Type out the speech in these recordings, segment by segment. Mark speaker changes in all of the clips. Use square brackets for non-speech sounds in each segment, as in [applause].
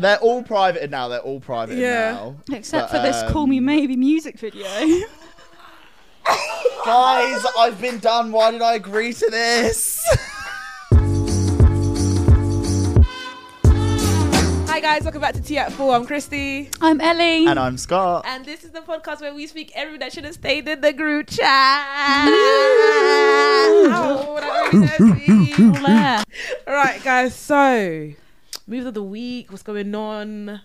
Speaker 1: they're all private now. They're all private
Speaker 2: Yeah.
Speaker 1: now.
Speaker 3: Except
Speaker 1: But,
Speaker 3: for this "Call Me
Speaker 1: um,
Speaker 3: Maybe" music [laughs] video.
Speaker 1: Guys, I've been done. Why did I agree to this?
Speaker 2: Hi guys, welcome back to Tea at Four. I'm Christy,
Speaker 3: I'm Ellie.
Speaker 1: [laughs] and I'm Scott.
Speaker 2: and this is the podcast where we speak everything that should have stayed in the group chat. Ow, that really hurts me.
Speaker 3: Blair.
Speaker 2: All right, guys. So, moves of the week. What's going on,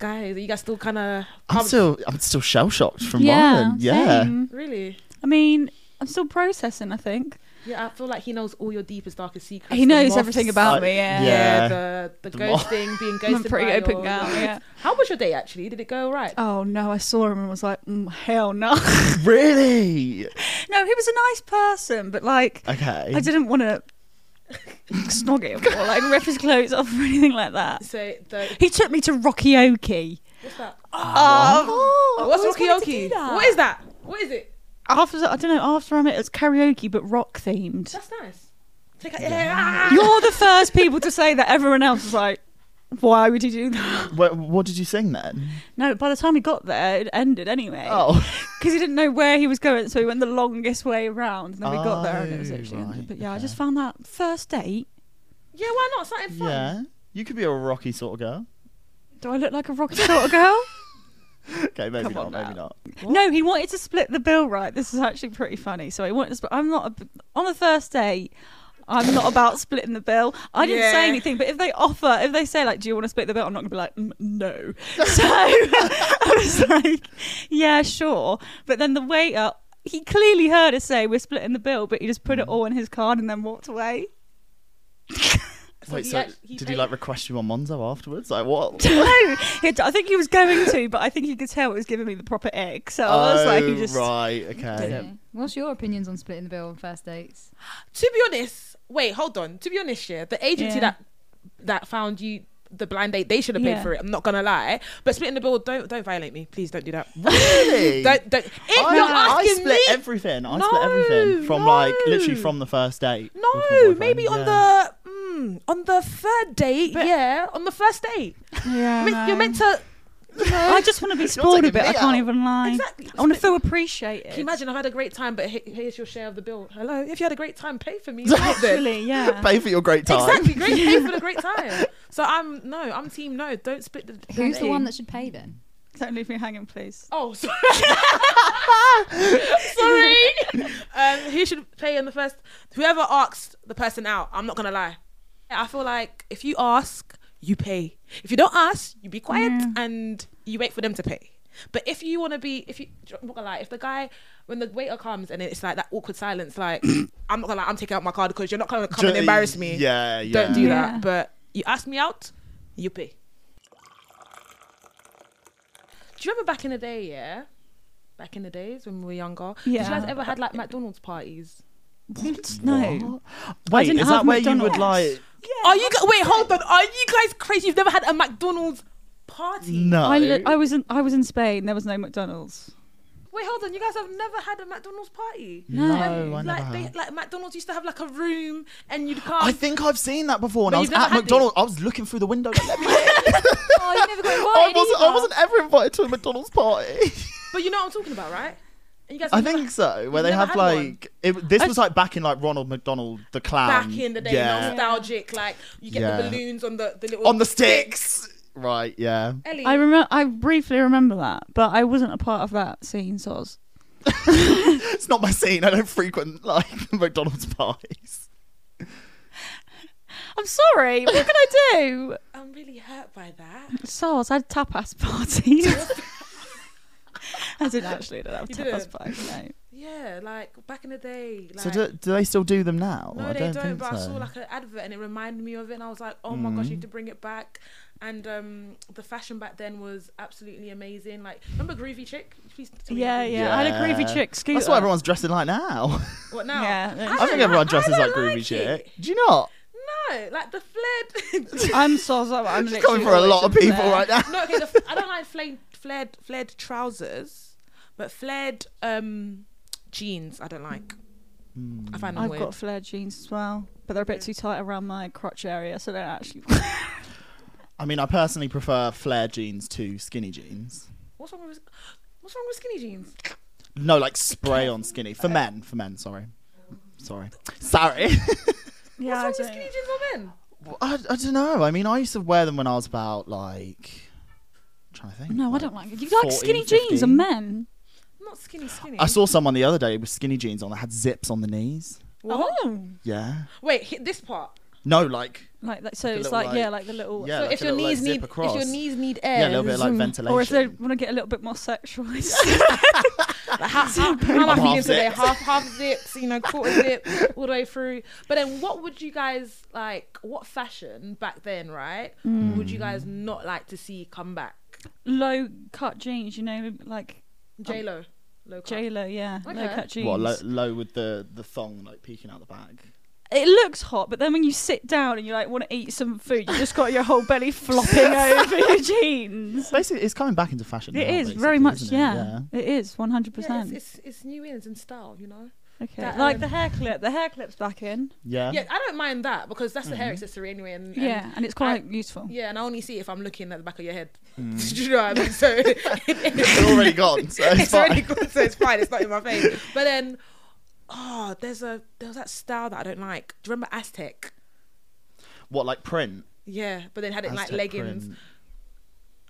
Speaker 2: guys? Are you guys still kind of
Speaker 1: I'm still, I'm still shell shocked from
Speaker 3: yeah.
Speaker 1: mine. Yeah.
Speaker 3: same.
Speaker 2: really?
Speaker 3: I mean, I'm still processing. I think
Speaker 2: Yeah, I feel like he knows all your deepest, darkest secrets.
Speaker 3: he
Speaker 2: The
Speaker 3: knows
Speaker 2: moths.
Speaker 3: everything about
Speaker 1: I-
Speaker 3: me. Oh, Yeah.
Speaker 1: yeah.
Speaker 2: Yeah, the the,
Speaker 1: The moth.
Speaker 2: ghosting, being
Speaker 3: [laughs] I'm a
Speaker 2: ghosted.
Speaker 3: pretty
Speaker 2: by
Speaker 3: open
Speaker 2: your
Speaker 3: gal.
Speaker 2: guys.
Speaker 3: Yeah.
Speaker 2: How was your day actually? Did it go all right?
Speaker 3: Oh no, I saw him and was like, mm, hell [laughs] no.
Speaker 1: Really?
Speaker 3: no, he was a nice person, but like,
Speaker 1: Okay.
Speaker 3: I didn't want to [laughs] snog him or like rip his clothes off or anything like that.
Speaker 2: So the
Speaker 3: He took me to Rocky Oki.
Speaker 2: what's that?
Speaker 3: Oh,
Speaker 2: Oh, what's Rocky What is that? What is it?
Speaker 3: After that- I don't know. After I met, it was karaoke but rock themed.
Speaker 2: That's nice. Take a, Ah! yeah.
Speaker 3: You're the first people to say that. Everyone else was like, "Why would you do that?"
Speaker 1: what, what did you sing then?
Speaker 3: No. By the time he got there, it ended anyway.
Speaker 1: [laughs] Oh.
Speaker 3: [laughs] because he didn't know where he was going, so he went the longest way around. And then we got there, and it was
Speaker 1: Oh,
Speaker 3: actually.
Speaker 1: right,
Speaker 3: But yeah, I
Speaker 1: okay.
Speaker 3: just found that first date.
Speaker 2: yeah, why not? Something fun.
Speaker 1: Yeah. You could be a rocky sort of girl.
Speaker 3: Do I look like a rocky sort of [laughs] girl?
Speaker 1: Okay, maybe
Speaker 3: Come
Speaker 1: not.
Speaker 3: on
Speaker 1: Maybe
Speaker 3: now.
Speaker 1: not.
Speaker 3: No, he wanted to split the bill. Right, this is actually pretty funny. So he wanted to. Split, I'm not a, on the first date. I'm not about splitting the bill. I didn't
Speaker 2: Yeah.
Speaker 3: say anything, but if they offer, if they say like, "Do you want to split the bill?" I'm not gonna be like, mm, "No." So [laughs] I was like, "Yeah, sure." But then the waiter, he clearly heard us say we're splitting the bill, but he just put it all in his card and then walked away.
Speaker 2: So
Speaker 1: Wait,
Speaker 2: he
Speaker 1: so
Speaker 2: act- he
Speaker 1: did he
Speaker 2: paid-
Speaker 1: like request you on Monzo afterwards? Like [laughs] what?
Speaker 3: no, he had- I think he was going to, but I think he could tell it was giving me the proper egg. So I was like,
Speaker 1: Oh,
Speaker 3: he just.
Speaker 1: right. Okay.
Speaker 3: Yeah.
Speaker 4: What's your opinions on splitting the bill on first dates?
Speaker 2: To be honest, wait, hold on. To be honest, yeah, the agency
Speaker 3: Yeah.
Speaker 2: that that found you the blind date, they should have paid
Speaker 3: Yeah.
Speaker 2: for it. I'm not gonna lie, but splitting the bill, don't don't violate me, please. Don't do that.
Speaker 1: Really?
Speaker 2: [laughs] Don't don't. If
Speaker 1: I,
Speaker 2: you're
Speaker 1: I
Speaker 2: asking
Speaker 1: split
Speaker 2: me,
Speaker 1: everything. I
Speaker 2: No,
Speaker 1: split everything from like literally
Speaker 2: no.
Speaker 1: from the first date. with my
Speaker 2: no,
Speaker 1: boyfriend,
Speaker 2: maybe on
Speaker 1: yeah.
Speaker 2: the mm, on the third date,
Speaker 3: But-
Speaker 2: yeah, on the first date.
Speaker 3: Yeah,
Speaker 2: Me- You're meant to.
Speaker 1: Uh,
Speaker 2: [laughs]
Speaker 3: I just want to be spoiled a
Speaker 1: taking
Speaker 3: bit.
Speaker 1: me
Speaker 3: I can't
Speaker 1: out.
Speaker 3: even lie.
Speaker 2: Exactly.
Speaker 1: Oh,
Speaker 3: I want to feel appreciated.
Speaker 2: Can you imagine? I've had a great time, but he- here's your share of the bill. Hello, if you had a great time, pay for
Speaker 1: [laughs]
Speaker 2: me. Not then.
Speaker 3: Actually, [laughs] yeah.
Speaker 1: Pay for your great time. [laughs]
Speaker 2: Exactly, great pay for the great time. So I'm no, I'm team no. Don't split the. [laughs] the
Speaker 4: Who's the
Speaker 2: date.
Speaker 4: one that should pay then?
Speaker 3: Don't leave me hanging, please.
Speaker 2: Oh, sorry. [laughs] sorry. Um, who should pay in the first? Whoever asks the person out. I'm not gonna lie. I feel like if you ask, you pay. If you don't ask, you be quiet
Speaker 1: Mm.
Speaker 2: and you wait for them to pay. But if you want to be, if you, I'm not gonna lie, if the guy, when the waiter comes and it's like that awkward silence, like,
Speaker 1: [coughs]
Speaker 2: I'm not gonna lie, I'm taking out my card because you're not gonna come and
Speaker 1: Ju-
Speaker 2: embarrass me.
Speaker 1: Yeah, yeah.
Speaker 2: Don't do
Speaker 3: Yeah.
Speaker 2: that. But you ask me out, you pay. Do you remember back in the day, yeah? Back in the days when we were younger? Did you
Speaker 3: Yeah.
Speaker 2: guys ever had like McDonald's parties?
Speaker 3: What? No.
Speaker 1: Wait,
Speaker 3: didn't
Speaker 1: is that
Speaker 3: have
Speaker 1: where you
Speaker 3: McDonald's.
Speaker 1: would like?
Speaker 2: Are you gu- wait, hold on. Are you guys crazy? You've never had a McDonald's party?
Speaker 1: No.
Speaker 3: I, li- I was in I was in Spain. There was no McDonald's.
Speaker 2: Mm. Wait, hold on. You guys have never had a McDonald's party?
Speaker 1: no, I never
Speaker 2: Like they,
Speaker 1: have.
Speaker 2: like McDonald's used to have like a room and you'd come.
Speaker 1: I think I've seen that before, and
Speaker 2: But
Speaker 1: I was
Speaker 2: you've never
Speaker 1: at
Speaker 2: had it.
Speaker 1: McDonald's. I was looking through the
Speaker 2: [laughs]
Speaker 1: window. Like, Let me in.
Speaker 4: Oh, you never got
Speaker 1: I
Speaker 4: invited.
Speaker 1: wasn't. I wasn't ever invited to a McDonald's party. [laughs]
Speaker 2: but you know what I'm talking about, right? And you guys
Speaker 1: I
Speaker 2: have never-
Speaker 1: think so. Where they
Speaker 2: never
Speaker 1: have
Speaker 2: had one?
Speaker 1: like it, this
Speaker 3: I-
Speaker 1: was like back in like Ronald McDonald the clown.
Speaker 2: back in the day,
Speaker 1: Yeah.
Speaker 2: nostalgic. Like you get the
Speaker 1: Yeah.
Speaker 2: balloons on the, the little
Speaker 1: On the sticks. Right. Yeah.
Speaker 2: Ellie,
Speaker 3: I remember. I briefly remember that, but I wasn't a part of that scene. So I was-
Speaker 1: It's not my scene. I don't frequent like [laughs] McDonald's parties.
Speaker 3: I'm sorry. What can I do?
Speaker 2: I'm really hurt by that.
Speaker 3: Soz I had tapas parties. I didn't actually did have
Speaker 2: You
Speaker 3: tapas
Speaker 2: didn't?
Speaker 3: parties. No.
Speaker 2: Yeah, like back in the day. Like,
Speaker 1: so do, do they still do them now?
Speaker 2: no,
Speaker 1: I
Speaker 2: they don't.
Speaker 1: think
Speaker 2: but I
Speaker 1: so.
Speaker 2: saw like an advert and it reminded me of it, and I was like, oh my
Speaker 3: Mm.
Speaker 2: gosh, you need to bring it back. And um, the fashion back then was absolutely amazing. Like, remember Groovy Chick? Please tell me
Speaker 3: Yeah,
Speaker 2: that.
Speaker 3: yeah, I had a groovy
Speaker 1: Yeah.
Speaker 3: chick scooter.
Speaker 1: That's what everyone's dressing like now.
Speaker 2: What now?
Speaker 3: Yeah,
Speaker 1: I think everyone dresses like groovy
Speaker 2: chick.
Speaker 1: shit. Do you not?
Speaker 2: No, like the flared. [laughs]
Speaker 3: I'm Soz. I'm, I'm
Speaker 1: It's coming for a lot of people right now.
Speaker 2: no, okay, the, f- I don't like flared, flared, flared trousers, but flared um, jeans I don't like. I find them
Speaker 3: I've
Speaker 2: weird.
Speaker 3: got [laughs] flared jeans as well, but they're a bit too tight around my crotch area, so they don't actually.
Speaker 1: Hmm. I mean, I personally prefer flare jeans to skinny jeans.
Speaker 2: What's wrong with What's wrong with skinny jeans?
Speaker 1: No, like spray on skinny for men. For men, sorry, sorry, sorry. [laughs]
Speaker 3: Yeah,
Speaker 2: What's wrong with skinny jeans for men?
Speaker 1: I, I don't know. I mean, I used to wear them when I was about like. I'm trying to think.
Speaker 3: [laughs] No, I
Speaker 1: like-
Speaker 3: don't like it. You
Speaker 1: 14,
Speaker 3: like skinny jeans
Speaker 1: 15.
Speaker 3: on men.
Speaker 2: Not skinny, skinny.
Speaker 1: I saw someone the other day with skinny jeans on that had zips on the knees.
Speaker 2: What?
Speaker 3: Oh.
Speaker 1: Yeah.
Speaker 2: Wait, hit this part.
Speaker 1: No, like
Speaker 3: Like that. So
Speaker 1: Like a
Speaker 3: it's
Speaker 1: little,
Speaker 3: like, yeah,
Speaker 1: like-
Speaker 3: like the little.
Speaker 1: yeah.
Speaker 2: so
Speaker 1: like
Speaker 2: if
Speaker 1: a
Speaker 2: your
Speaker 1: little, like,
Speaker 2: knees
Speaker 1: zip
Speaker 2: need if your
Speaker 1: across.
Speaker 2: knees need air,
Speaker 1: yeah, a little bit like
Speaker 2: [laughs]
Speaker 3: zoom.
Speaker 1: ventilation.
Speaker 3: Or if they want to get a little bit more sexual. [laughs]
Speaker 2: Like, how, how, how am I feeling
Speaker 1: Half
Speaker 2: today?
Speaker 1: zips.
Speaker 2: [laughs] Half half zips, you
Speaker 1: [laughs]
Speaker 2: know, quarter zip, all the way through. But then, what would you guys like? What fashion back then, right? Would you guys
Speaker 1: Mm-hmm.
Speaker 2: not like to see come back?
Speaker 3: Mm.
Speaker 1: Um,
Speaker 3: low cut jeans, you know, like
Speaker 2: J Lo, low cut.
Speaker 3: J Lo, yeah, low
Speaker 2: Okay.
Speaker 3: cut jeans.
Speaker 1: What low, low with the the thong like peeking out the back.
Speaker 3: it looks hot, but then when you sit down and you like want to eat some food, you just got your whole
Speaker 2: [laughs]
Speaker 3: belly flopping over your jeans.
Speaker 1: Basically, it's coming back into fashion.
Speaker 3: It
Speaker 1: now,
Speaker 3: is
Speaker 1: basically,
Speaker 3: very much,
Speaker 1: isn't it?
Speaker 3: yeah, It is one hundred
Speaker 2: Yeah, it's,
Speaker 3: percent.
Speaker 2: it's it's new ins and style, you know.
Speaker 3: Okay,
Speaker 2: that,
Speaker 3: like
Speaker 2: um,
Speaker 3: the hair clip. The hair clip's back in.
Speaker 1: yeah, Mm-hmm.
Speaker 2: Yeah, I don't mind that because that's the hair accessory anyway, and, and
Speaker 3: Yeah, and it's quite useful.
Speaker 2: Yeah, and I only see it if I'm looking at the back of your head. [laughs]
Speaker 1: Hmm.
Speaker 2: Do you know what I mean?
Speaker 3: [laughs]
Speaker 2: So
Speaker 1: It's already gone. So it's,
Speaker 2: it's already
Speaker 1: fine.
Speaker 2: gone, so it's fine. It's not
Speaker 3: [laughs]
Speaker 2: in my face. But then, oh, there's a there was that style that I don't like. Do you remember Aztec?
Speaker 1: What like print?
Speaker 2: Yeah, but then had it in like
Speaker 1: Aztec
Speaker 2: leggings.
Speaker 1: print.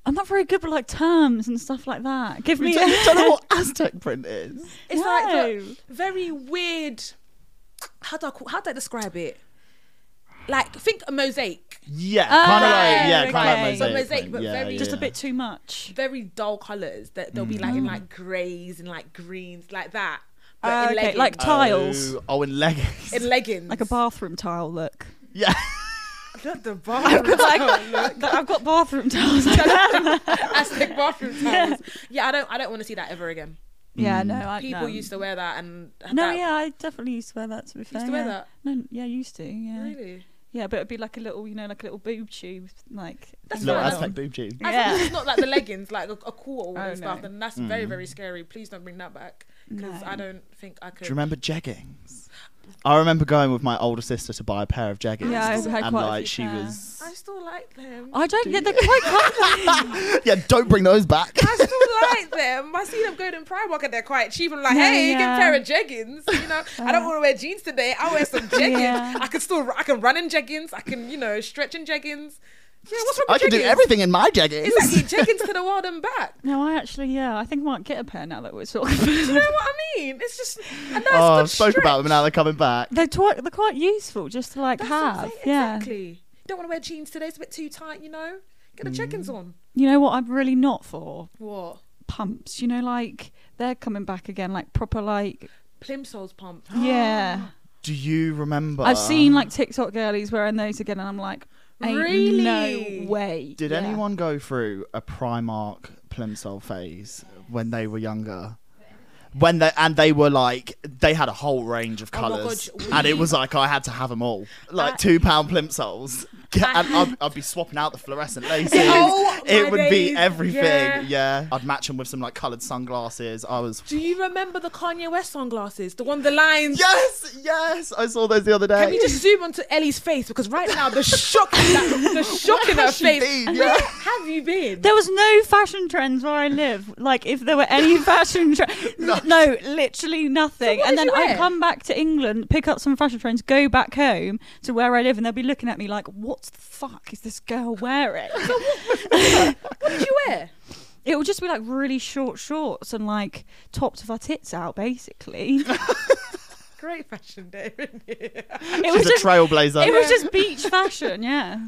Speaker 3: I'm not very good with like terms and stuff like that. Give
Speaker 1: We
Speaker 3: me.
Speaker 1: don't, you don't know what Aztec print is.
Speaker 2: It's
Speaker 3: [laughs]
Speaker 2: like
Speaker 3: No.
Speaker 2: the very weird. How do I call, how do I describe it? Like think a mosaic,
Speaker 1: Yeah,
Speaker 3: Ah,
Speaker 1: kind of like yeah,
Speaker 3: okay.
Speaker 1: kind of like
Speaker 3: So
Speaker 1: mosaic.
Speaker 2: mosaic,
Speaker 1: print.
Speaker 2: but
Speaker 1: yeah,
Speaker 2: very-
Speaker 1: yeah,
Speaker 3: just a
Speaker 1: yeah.
Speaker 3: bit too much.
Speaker 2: very dull colors that they'll be
Speaker 1: Mm.
Speaker 2: like in like greys and like greens like that, but
Speaker 3: Ah,
Speaker 2: in
Speaker 3: okay,
Speaker 2: leggings.
Speaker 3: like tiles.
Speaker 1: Oh, oh, in leggings.
Speaker 2: in leggings,
Speaker 3: Like a bathroom towel look.
Speaker 1: [laughs] yeah.
Speaker 2: Not
Speaker 3: [laughs]
Speaker 2: the bathroom. [laughs]
Speaker 3: Like, I've got [laughs] bathroom towels. [laughs]
Speaker 2: Aztec bathroom towels. Yeah, I don't. I don't want to see that ever again.
Speaker 3: yeah, Uh, no,
Speaker 1: Hmm.
Speaker 3: I
Speaker 2: Mm. People
Speaker 3: no.
Speaker 2: used to wear that, and
Speaker 3: No,
Speaker 2: that-
Speaker 3: yeah, I definitely used to wear that. To be fair,
Speaker 2: to wear
Speaker 3: yeah.
Speaker 2: that?
Speaker 3: No, yeah, used to. Yeah,
Speaker 2: Really?
Speaker 3: yeah, but it'd be like a little, you know, like a little boob tube, like
Speaker 2: That's
Speaker 1: Little
Speaker 2: fine.
Speaker 1: Aztec boob tube.
Speaker 2: As
Speaker 3: Yeah.
Speaker 2: long as it's not like the leggings, like a, a
Speaker 3: [laughs]
Speaker 2: quarter
Speaker 3: Oh,
Speaker 2: and stuff,
Speaker 3: no.
Speaker 2: then that's
Speaker 1: Mm.
Speaker 2: very, very scary. Please don't bring that back because
Speaker 3: No.
Speaker 2: I don't think I
Speaker 1: Do
Speaker 2: could.
Speaker 1: you remember jeggings? I remember going with my older sister to buy a pair of jeggings.
Speaker 3: Yeah, I've had
Speaker 1: and
Speaker 3: quite a
Speaker 1: like
Speaker 3: few
Speaker 1: she
Speaker 3: pair.
Speaker 1: was.
Speaker 2: I still like them. I,
Speaker 3: I don't. Yeah, they're quite [laughs] comfy.
Speaker 1: yeah, don't bring those
Speaker 3: [laughs]
Speaker 1: back.
Speaker 2: still like them. I see them going in Primark and they're quite cheap. I'm like,
Speaker 3: Yeah,
Speaker 2: hey, you
Speaker 3: yeah.
Speaker 2: get a pair of jeggings. You
Speaker 3: [laughs]
Speaker 2: know, I don't want to wear jeans today. I wear some jeggings.
Speaker 3: Yeah.
Speaker 2: I can still, I can run in jeggings. I can, you know, stretch in jeggings. Yeah, what's wrong
Speaker 1: I
Speaker 2: with
Speaker 1: can do
Speaker 2: jeggings?
Speaker 1: everything in my jeggings.
Speaker 2: Exactly,
Speaker 1: [laughs]
Speaker 2: jeggings to the world and back.
Speaker 3: no, I actually, yeah, I think I might get a pair now that we're talking.
Speaker 2: [laughs] You know what I mean? It's just a nice
Speaker 1: oh, I
Speaker 2: good
Speaker 1: spoke
Speaker 2: stretch.
Speaker 1: about them and now they're coming back.
Speaker 3: they're twi- they're quite useful just to like
Speaker 2: That's what I'm
Speaker 3: have.
Speaker 2: saying,
Speaker 3: Yeah,
Speaker 2: Exactly. You don't want to wear jeans today. It's a bit too tight, you know. Get the
Speaker 1: Mm.
Speaker 2: jeggings on.
Speaker 3: you know what? I'm really not for
Speaker 2: What?
Speaker 3: pumps. You know, like they're coming back again, like
Speaker 2: [gasps]
Speaker 3: proper, like
Speaker 2: Plimsolls pump. [gasps]
Speaker 3: yeah.
Speaker 1: Do you remember?
Speaker 3: I've seen
Speaker 1: um,
Speaker 3: like TikTok girlies wearing those again, and I'm like, ain't
Speaker 2: Really?
Speaker 3: no way.
Speaker 1: Did
Speaker 3: Yeah.
Speaker 1: anyone go through a Primark plimsoll phase when they were younger? When they and they were like they had a whole range of
Speaker 2: Oh my God,
Speaker 1: colours,
Speaker 2: we-
Speaker 1: and it was like I had to have them all, like
Speaker 3: Uh,
Speaker 2: I-
Speaker 1: two pound plimsolls, [laughs] and I'd, I'd be swapping out the
Speaker 3: [laughs]
Speaker 1: fluorescent laces.
Speaker 2: Oh,
Speaker 1: it
Speaker 2: my
Speaker 1: would
Speaker 2: days.
Speaker 1: be everything,
Speaker 2: Yeah.
Speaker 1: yeah. I'd match them with some like coloured sunglasses. I was
Speaker 2: Do you remember the Kanye West sunglasses? The one, the lines.
Speaker 1: yes, yes. I saw those the other day.
Speaker 2: Can we
Speaker 1: [laughs]
Speaker 2: just zoom onto Ellie's face because right now the shock, in that, the shock in her
Speaker 1: Has she
Speaker 2: face.
Speaker 1: been?
Speaker 2: Where
Speaker 1: Yeah.
Speaker 2: have you been?
Speaker 3: There was no fashion trends where I live. Like, if there were
Speaker 1: [laughs]
Speaker 3: any fashion trends, no. literally nothing.
Speaker 2: So what did
Speaker 3: and then
Speaker 2: you
Speaker 3: I
Speaker 2: wear?
Speaker 3: come back to England, pick up some fashion trends, go back home to where I live, and they'll be looking at me like, "What the fuck is this girl wearing?"
Speaker 2: what did you wear?
Speaker 3: it would just be like really short shorts and like tops of our tits out,
Speaker 1: [laughs]
Speaker 3: basically. it
Speaker 2: Great fashion day, isn't it?
Speaker 1: She's
Speaker 3: was
Speaker 1: a
Speaker 3: just,
Speaker 1: trailblazer.
Speaker 3: it was just beach fashion. Yeah,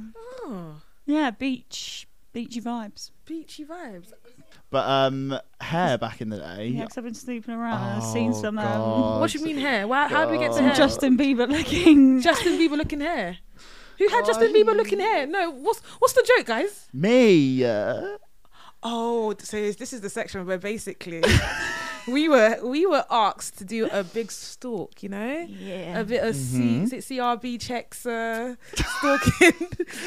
Speaker 2: Oh,
Speaker 3: yeah, beach, beachy vibes.
Speaker 2: beachy vibes.
Speaker 1: but um, hair back in the day.
Speaker 3: Yeah, 'cause I've been snooping around and I've seen
Speaker 1: Oh,
Speaker 3: some um,
Speaker 1: God.
Speaker 2: What do you mean hair? Why, how do we get to
Speaker 1: God.
Speaker 2: hair?
Speaker 3: Justin Bieber looking.
Speaker 2: Justin Bieber looking hair. Who had Justin Bieber looking hair? No, what's what's the joke, guys?
Speaker 1: Me. uh,
Speaker 2: Oh, so is- this is the section where basically [laughs] we were we were asked to do a big stalk, you know,
Speaker 3: yeah.
Speaker 2: a bit of C, is it [laughs] CRB checks, uh, stalking,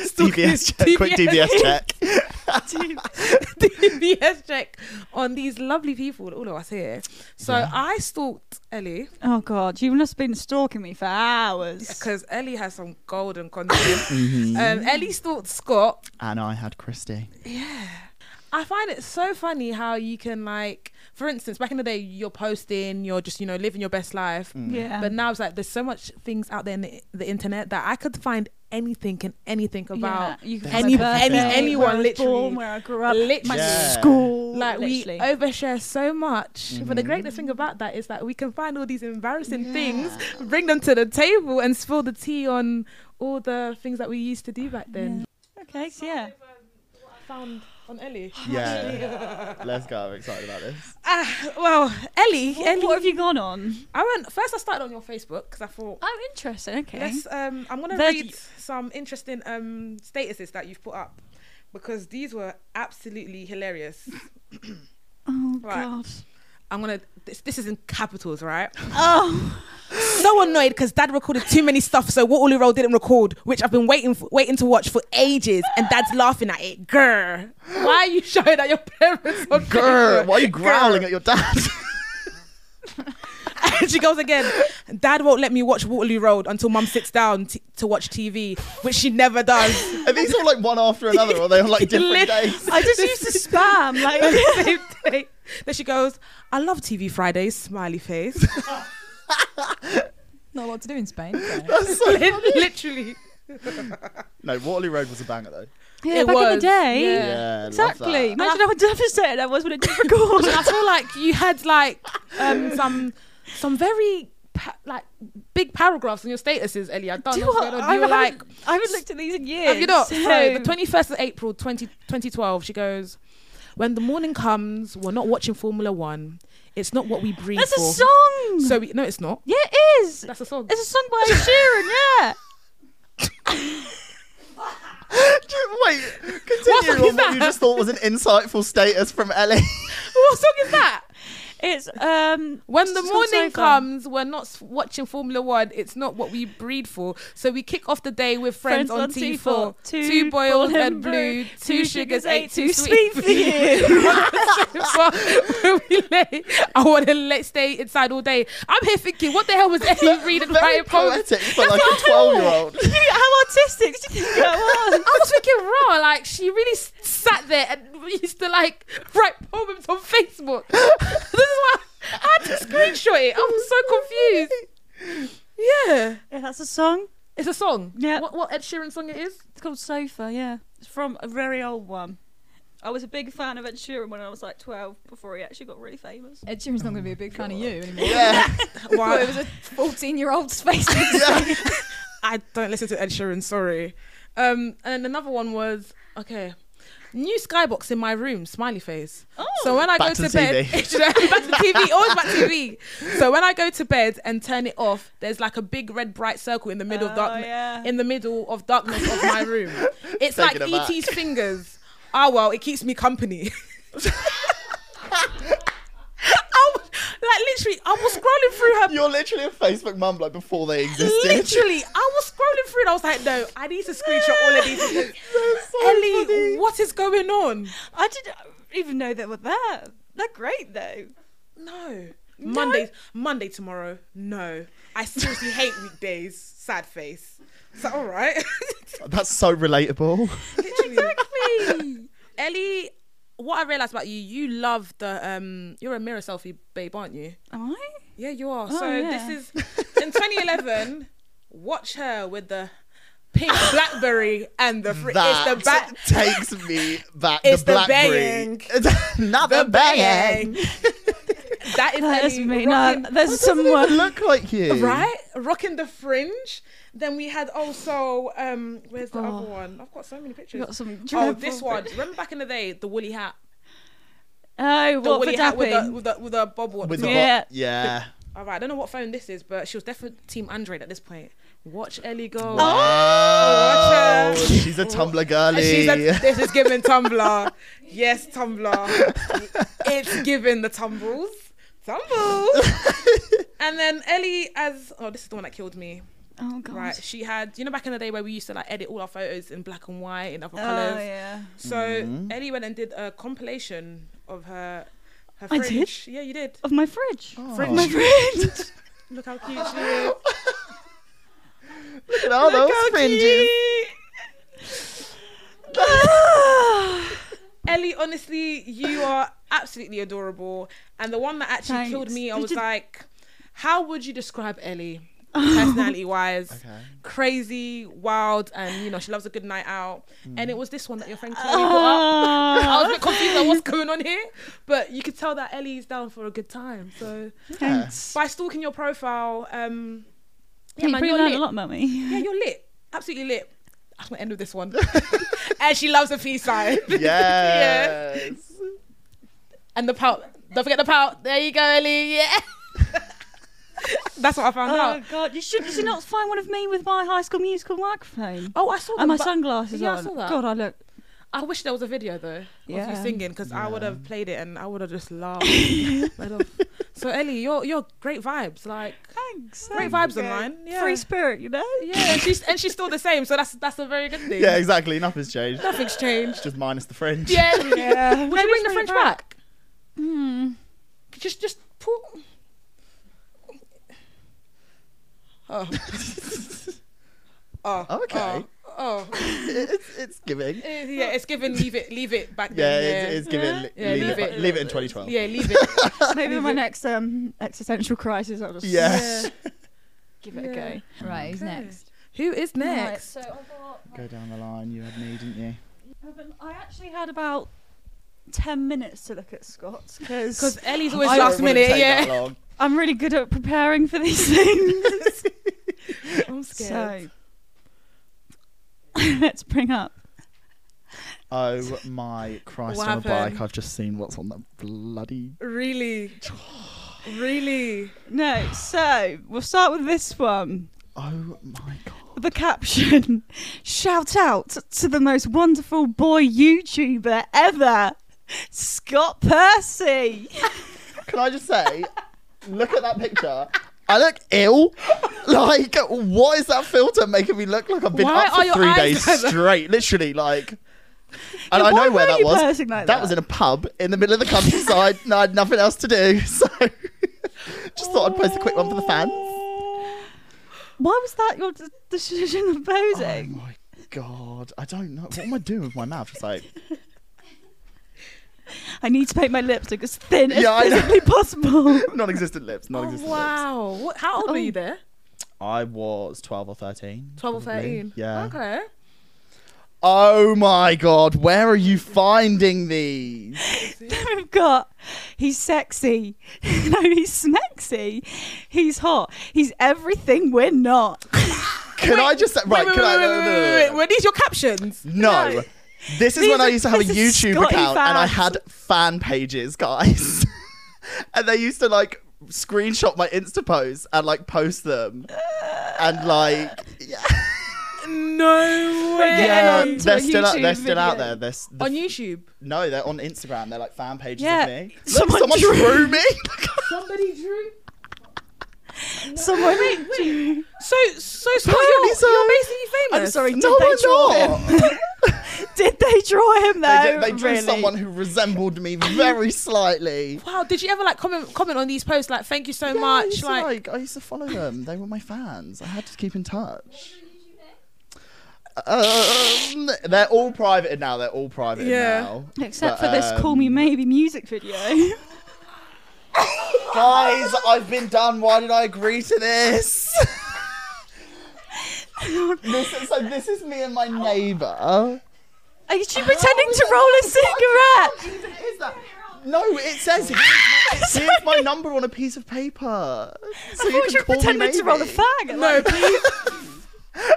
Speaker 2: stalking
Speaker 1: DBS check. Quick DBS check.
Speaker 2: [laughs] DBS check on these lovely people, all of us here. So
Speaker 1: Yeah.
Speaker 2: I stalked Ellie
Speaker 3: Oh god, you must have been stalking me for hours.
Speaker 2: because Ellie has some golden content. um, Ellie stalked Scott.
Speaker 1: and I had Christy.
Speaker 2: I find it so funny how you can like, for instance, back in the day, you're posting, you're just you know living your best life,
Speaker 1: Mm.
Speaker 3: Yeah.
Speaker 2: but now it's like there's so much things out there in the, the internet that I could find anything and anything about.
Speaker 3: you
Speaker 1: can
Speaker 2: any-
Speaker 3: my birthday,
Speaker 1: any-
Speaker 2: anyone,
Speaker 3: where I was
Speaker 2: literally.
Speaker 3: born, where I grew up,
Speaker 2: Literally.
Speaker 3: my
Speaker 1: Yeah.
Speaker 3: school,
Speaker 2: Like
Speaker 3: literally.
Speaker 2: we overshare so much, but the greatest thing about that is that we can find all these embarrassing things, bring them to the table, and spill the tea on all the things that we used to do back then.
Speaker 3: okay, so yeah.
Speaker 2: Found on Ellie.
Speaker 1: Yeah.
Speaker 2: [laughs]
Speaker 1: Let's go. I'm excited about this.
Speaker 2: Ah, well, Ellie,
Speaker 3: What,
Speaker 2: Ellie.
Speaker 3: what have you gone on?
Speaker 2: I went first. I started on your Facebook because I thought
Speaker 3: Oh, interesting. Okay.
Speaker 2: Let's, um, I'm going to
Speaker 3: There's-
Speaker 2: read some interesting um, statuses that you've put up because these were absolutely hilarious.
Speaker 3: oh
Speaker 2: Right.
Speaker 3: god.
Speaker 2: I'm going to, this, this is in capitals, [laughs] right?
Speaker 3: Oh,
Speaker 2: so annoyed because dad recorded too many stuff, so What All Roll didn't record, which I've been waiting for, waiting to watch for ages, and dad's laughing at it. [gasps] Grr. Why are you showing at your parents? on
Speaker 1: Grr,
Speaker 2: Facebook?
Speaker 1: why are you growling at your dad? [laughs]
Speaker 2: And she goes again. Dad won't let me watch Waterloo Road until Mum sits down t- to watch TV, which she never does.
Speaker 1: Are these all like one after another, or are they on
Speaker 2: [laughs]
Speaker 1: like different days? [laughs]
Speaker 3: I just used to spam like.
Speaker 2: on the [laughs]
Speaker 3: [laughs]
Speaker 2: same day. Then she goes, I love TV Fridays, smiley
Speaker 3: [laughs]
Speaker 2: face.
Speaker 4: Not a lot to do in Spain. is there?
Speaker 2: Lit- Literally.
Speaker 1: No, Waterloo Road was a banger though.
Speaker 3: yeah,
Speaker 2: It
Speaker 3: back in
Speaker 2: was,
Speaker 3: the day.
Speaker 2: yeah.
Speaker 1: Yeah, Love
Speaker 3: Exactly.
Speaker 1: that.
Speaker 3: Imagine how devastated I was when
Speaker 2: [laughs]
Speaker 3: it did record.
Speaker 2: I feel like you had like um, some some very pa- like big paragraphs in your statuses, Ellie. I don't
Speaker 3: Do you
Speaker 2: know
Speaker 3: know
Speaker 2: what's going
Speaker 3: what?
Speaker 2: on.
Speaker 3: I
Speaker 2: You were
Speaker 3: haven't,
Speaker 2: like,
Speaker 3: I haven't looked at these in years.
Speaker 2: have you not?
Speaker 3: So,
Speaker 2: So the 21st of April 20, 2012, she goes, when the morning comes, we're not watching Formula One. It's not what we breathe
Speaker 3: That's a
Speaker 2: for.
Speaker 3: song.
Speaker 2: So we, no, it's not.
Speaker 3: yeah, it is.
Speaker 2: That's a song.
Speaker 3: It's a song
Speaker 2: [laughs]
Speaker 3: by Ed Sheeran. Yeah.
Speaker 1: [laughs] Wait, continue
Speaker 2: What
Speaker 1: on
Speaker 2: song is
Speaker 1: what
Speaker 2: that?
Speaker 1: you just thought was an insightful status from Ellie.
Speaker 2: what song is that?
Speaker 3: It's um.
Speaker 2: When the
Speaker 3: It's called
Speaker 2: morning
Speaker 3: Sofa.
Speaker 2: comes, we're not s- watching Formula One. It's not what we breed for. So we kick off the day with friends, on T4. Two, boiled and blue, two sugars, eight too sweet for [laughs] you. But when [laughs] we lay, I want to let stay inside all day. I'm here thinking, what the hell was [laughs] Ellie
Speaker 1: [laughs]
Speaker 2: reading
Speaker 1: Very
Speaker 2: by poem?
Speaker 1: poetic for like a twelve-year-old.
Speaker 3: [laughs]
Speaker 2: [laughs]
Speaker 3: You- How artistic do you think that was?
Speaker 2: I was thinking, raw, like she really s- sat there and [laughs] used to like write poems on Facebook. [laughs] this is why I had to screenshot it. I'm so confused. Yeah.
Speaker 3: yeah, that's a song.
Speaker 2: It's a song.
Speaker 3: Yeah.
Speaker 2: What, what Ed Sheeran song it is?
Speaker 3: It's called Sofa. Yeah, it's from a very old one. I was a big fan of Ed Sheeran when I was like 12, before he actually got really famous.
Speaker 4: Ed Sheeran's not going to be a big fan of you [laughs] anymore.
Speaker 1: Yeah,
Speaker 2: [laughs]
Speaker 4: Thought it was a 14 year old space. [laughs]
Speaker 2: I don't listen to Ed Sheeran. Sorry. Um, and another one was okay. New skybox in my room, smiley face.
Speaker 3: Oh,
Speaker 2: So when I
Speaker 1: Back
Speaker 2: go
Speaker 1: to
Speaker 2: to,
Speaker 1: the
Speaker 2: bed,
Speaker 1: TV.
Speaker 2: you know, [laughs] back to TV, always back to TV.
Speaker 1: [laughs]
Speaker 2: So when I go to bed and turn it off, there's like a big red bright circle in the middle of darkness.
Speaker 3: Oh, yeah.
Speaker 2: In the middle of darkness of my
Speaker 1: [laughs]
Speaker 2: room, it's
Speaker 1: Taking it
Speaker 2: like
Speaker 1: back.
Speaker 2: ET's fingers. Ah well, it keeps me company. [laughs] I was, like literally, I was scrolling through her
Speaker 1: you're literally a Facebook mum like before they existed.
Speaker 2: Literally, I was scrolling through and I was like, no, I need to screenshot all
Speaker 1: [laughs]
Speaker 2: of these. things.
Speaker 1: That's so
Speaker 2: Ellie,
Speaker 1: funny.
Speaker 2: what is going on?
Speaker 3: I didn't even know they were there. They're great though.
Speaker 2: No. Monday, Monday tomorrow. No, I seriously hate weekdays. Sad face. So all right. [laughs]
Speaker 1: That's so relatable.
Speaker 2: Literally. Ellie, what I realized about you, you love the um. You're a mirror selfie babe, aren't you?
Speaker 3: Am I?
Speaker 2: Yeah, you are.
Speaker 3: Oh,
Speaker 2: so
Speaker 3: yeah.
Speaker 2: this is
Speaker 1: [laughs]
Speaker 2: in 2011. watch her with the [laughs] pink blackberry and the fr-
Speaker 1: That
Speaker 2: it's the back.
Speaker 1: takes me back.
Speaker 2: It's
Speaker 1: the
Speaker 2: the
Speaker 1: blackberry.
Speaker 2: banging.
Speaker 1: [laughs] Not the bang.
Speaker 2: [laughs] that is
Speaker 3: No, that's
Speaker 2: Ellie
Speaker 3: me. No,
Speaker 2: Rocking,
Speaker 3: there's someone.
Speaker 1: Look like you,
Speaker 2: right? Rocking the fringe. Then we had also um where's the other one? I've got so many pictures.
Speaker 3: Oh. Got some
Speaker 2: oh,
Speaker 3: dreadful-
Speaker 2: this one. Remember back in the day, the woolly hat.
Speaker 3: Oh,
Speaker 2: The
Speaker 3: what for
Speaker 2: woolly hat with the
Speaker 3: dapping?
Speaker 2: with the with the bob one.
Speaker 1: With the
Speaker 3: Yeah.
Speaker 1: bot. Yeah.
Speaker 2: All right, I don't know what phone this is, but she was definitely team Android at this point. Watch Ellie go.
Speaker 3: Oh,
Speaker 1: Wow.
Speaker 2: Oh, watch her.
Speaker 1: She's a Tumblr girly.
Speaker 2: She's
Speaker 1: [laughs]
Speaker 2: a, this is giving Tumblr. yes, Tumblr. It's giving the
Speaker 3: [laughs]
Speaker 2: tumbles. Tumbles. and then Ellie as oh, this is the one that killed me.
Speaker 3: Oh god.
Speaker 2: Right, she had you know back in the day where we used to like edit all our photos in black and white and other
Speaker 3: Oh
Speaker 2: colours.
Speaker 3: yeah. Mm-hmm.
Speaker 2: So
Speaker 1: Mhm.
Speaker 2: Ellie went and did a compilation of her her
Speaker 3: I
Speaker 2: fringe.
Speaker 3: did?
Speaker 2: Yeah, you did.
Speaker 3: Of my fridge. [laughs]
Speaker 1: Oh.
Speaker 3: My fridge.
Speaker 2: [laughs] Look how cute she is.
Speaker 1: Look at all
Speaker 2: Look
Speaker 1: those
Speaker 2: how
Speaker 1: fringes.
Speaker 2: cute. Ellie, honestly, you are absolutely adorable. And the one that actually
Speaker 3: Thanks.
Speaker 2: killed me, I
Speaker 3: Did
Speaker 2: was
Speaker 3: you-
Speaker 2: like, how would you describe
Speaker 3: [laughs]
Speaker 2: Ellie personality wise?
Speaker 1: Okay.
Speaker 2: Crazy, wild, and you know, she loves a good night out. And it was this one that your
Speaker 3: [laughs]
Speaker 2: friend Chloe brought up. I was a
Speaker 3: Oh,
Speaker 2: bit confused at what's going on here, but you could tell that Ellie's down for a good time. So
Speaker 3: thanks.
Speaker 2: by stalking your profile, um,
Speaker 3: Yeah, you
Speaker 2: man,
Speaker 3: probably
Speaker 2: you're
Speaker 3: learned
Speaker 2: lit.
Speaker 3: a lot, mummy.
Speaker 2: yeah, you're lit, absolutely lit. I'm gonna end with this one. and she loves a peace sign.
Speaker 1: [laughs] Yes.
Speaker 2: And the pout. Don't forget the pout. There you go, Ellie. Yeah. [laughs] That's what I found out.
Speaker 3: Oh god, you should you should not find one of me with my high school musical microphone.
Speaker 2: Oh, I saw
Speaker 3: And
Speaker 2: them,
Speaker 3: my
Speaker 2: but
Speaker 3: sunglasses
Speaker 2: yeah, I
Speaker 3: on.
Speaker 2: saw that.
Speaker 3: God, I look
Speaker 2: I wish there was a video though of
Speaker 3: Yeah.
Speaker 2: you singing because I would
Speaker 1: Yeah.
Speaker 2: have played it and I would have just [laughs] laughed. My love. so Ellie, you're you're great vibes, like
Speaker 3: thanks.
Speaker 2: great vibes online. Yeah.
Speaker 3: Free spirit, you know?
Speaker 2: yeah, and she's and she's still the same, so that's that's a very good thing.
Speaker 1: Yeah, exactly. Nothing's changed.
Speaker 2: nothing's changed.
Speaker 1: It's just minus the fringe.
Speaker 2: [laughs] Yeah,
Speaker 3: Yeah.
Speaker 2: would you bring the French back?
Speaker 3: Hmm.
Speaker 2: Just just pull.
Speaker 1: [laughs]
Speaker 2: Oh. oh.
Speaker 1: Okay.
Speaker 2: Oh. oh.
Speaker 1: [laughs] It's, it's giving.
Speaker 2: Uh, [laughs] yeah, it's given. Leave it. Leave it back.
Speaker 1: Yeah,
Speaker 2: Then, yeah.
Speaker 1: It's, it's giving.
Speaker 2: Yeah,
Speaker 1: leave,
Speaker 2: leave
Speaker 1: it,
Speaker 2: it.
Speaker 1: Leave it in 2012.
Speaker 2: Yeah, leave it.
Speaker 3: Maybe my next um existential crisis. I'll just
Speaker 1: Yes.
Speaker 3: give it
Speaker 2: Yeah.
Speaker 3: a go.
Speaker 4: Right, who's
Speaker 2: Okay.
Speaker 4: next?
Speaker 2: Who is next?
Speaker 3: Right, so I got.
Speaker 1: [laughs] Go down the line. You had me, didn't you?
Speaker 3: I actually had about ten minutes to look at Scott's
Speaker 2: Because
Speaker 3: because
Speaker 2: Ellie's
Speaker 1: I
Speaker 2: always
Speaker 3: [laughs]
Speaker 1: thought it
Speaker 2: last
Speaker 1: wouldn't
Speaker 2: minute.
Speaker 1: take that
Speaker 2: Yeah.
Speaker 1: long.
Speaker 3: I'm really good at preparing for these [laughs] things.
Speaker 2: I'm scared.
Speaker 3: so [laughs] let's bring up.
Speaker 1: Oh my Christ!
Speaker 2: What
Speaker 1: on a
Speaker 2: happened?
Speaker 1: bike, I've just seen what's on that bloody. [sighs]
Speaker 2: Really. Really.
Speaker 3: No, so we'll start with this one.
Speaker 1: Oh my God!
Speaker 3: The caption: "Shout out to the most wonderful boy YouTuber ever, Scott Percy."
Speaker 1: Can I just say, look at that picture. I look ill. [laughs] Like, what is that filter making me look like? I've been
Speaker 2: Why
Speaker 1: up for
Speaker 2: are your
Speaker 1: three
Speaker 2: eyes
Speaker 1: days
Speaker 2: like that?
Speaker 1: straight. Literally, like. And I
Speaker 3: Yeah, why
Speaker 1: know where
Speaker 3: were
Speaker 1: that
Speaker 3: you
Speaker 1: was.
Speaker 3: posing like
Speaker 1: that
Speaker 3: that?
Speaker 1: was in a pub in the middle of the countryside, and I had nothing else to do, [laughs] so just thought I'd post a quick one for the fans.
Speaker 3: Why was that your d- decision of
Speaker 1: Oh
Speaker 3: posing?
Speaker 1: my god, I don't know. What am I doing with my mouth? It's
Speaker 2: [laughs]
Speaker 1: like,
Speaker 3: I need to make my lips look as thin as
Speaker 1: Oh. Yeah, I know.
Speaker 3: physically possible. [laughs]
Speaker 1: non-existent lips,
Speaker 2: Oh,
Speaker 1: non-existent lips.
Speaker 2: wow. What, how old were
Speaker 3: Oh.
Speaker 2: you there?
Speaker 1: I was 12 or 13.
Speaker 2: 12 or
Speaker 1: probably.
Speaker 2: 13?
Speaker 1: Yeah.
Speaker 2: Okay.
Speaker 1: Oh my god, where are you finding these?
Speaker 3: Then we've got he's sexy. [laughs] no, he's smexy. He's hot. He's everything we're not.
Speaker 1: Can I just say, right,
Speaker 2: wait, wait,
Speaker 1: can
Speaker 2: wait,
Speaker 1: I
Speaker 2: wait, wait, wait, wait, wait. Were these your captions?
Speaker 1: No.
Speaker 3: No.
Speaker 1: This is
Speaker 3: These
Speaker 1: when I
Speaker 3: are-
Speaker 1: used to have a
Speaker 3: this is
Speaker 1: YouTube
Speaker 3: Scotty
Speaker 1: account and I
Speaker 3: fans.
Speaker 1: had fan pages, guys. [laughs] and they used to like screenshot my Insta posts and like post them. And like
Speaker 3: [laughs]
Speaker 1: yeah, [laughs]
Speaker 2: No way.
Speaker 1: yeah,
Speaker 3: onto
Speaker 1: they're
Speaker 3: a
Speaker 1: still out,
Speaker 3: YouTube
Speaker 1: they're still out
Speaker 3: video.
Speaker 1: there. They're, s- the
Speaker 2: On
Speaker 1: f-
Speaker 2: YouTube.
Speaker 1: no, they're on Instagram. They're like fan pages
Speaker 3: Yeah,
Speaker 1: of
Speaker 3: [laughs]
Speaker 1: me. Look,
Speaker 3: someone
Speaker 1: someone
Speaker 3: drew- [laughs]
Speaker 1: drew me.
Speaker 2: Somebody drew.
Speaker 3: Someone
Speaker 2: So, so, so
Speaker 1: Apparently
Speaker 2: you're,
Speaker 1: so.
Speaker 2: you're basically
Speaker 1: [laughs]
Speaker 3: I'm
Speaker 2: famous.
Speaker 3: sorry, did
Speaker 1: no,
Speaker 3: they
Speaker 1: I'm
Speaker 3: draw
Speaker 1: not.
Speaker 3: him? did they draw him though?
Speaker 1: They, did- they drew
Speaker 3: Really?
Speaker 1: someone who resembled me very slightly.
Speaker 2: Wow, did you ever like comment comment on these posts? Like, thank you so
Speaker 1: Yeah, I used
Speaker 2: much.
Speaker 1: to,
Speaker 2: Like,
Speaker 1: I used to follow them. They were my fans. I had to keep in touch. Um, they're all private now. They're all private
Speaker 2: Yeah.
Speaker 1: now.
Speaker 3: Except
Speaker 1: But,
Speaker 3: for this "Call Me
Speaker 1: um,
Speaker 3: Maybe" music video.
Speaker 1: Guys, I've been done. Why did I agree to
Speaker 3: [laughs]
Speaker 1: this? this is, so this is me and my neighbour.
Speaker 3: Are you two pretending to roll a cigarette?
Speaker 1: Even is that? No, it says here's my, here's
Speaker 3: [laughs]
Speaker 1: my number on a piece of paper. So you
Speaker 3: I thought
Speaker 1: can
Speaker 3: you were
Speaker 1: call me
Speaker 3: pretending to roll a
Speaker 1: maybe.
Speaker 3: fag.
Speaker 2: [laughs] no,
Speaker 1: [laughs]
Speaker 2: please.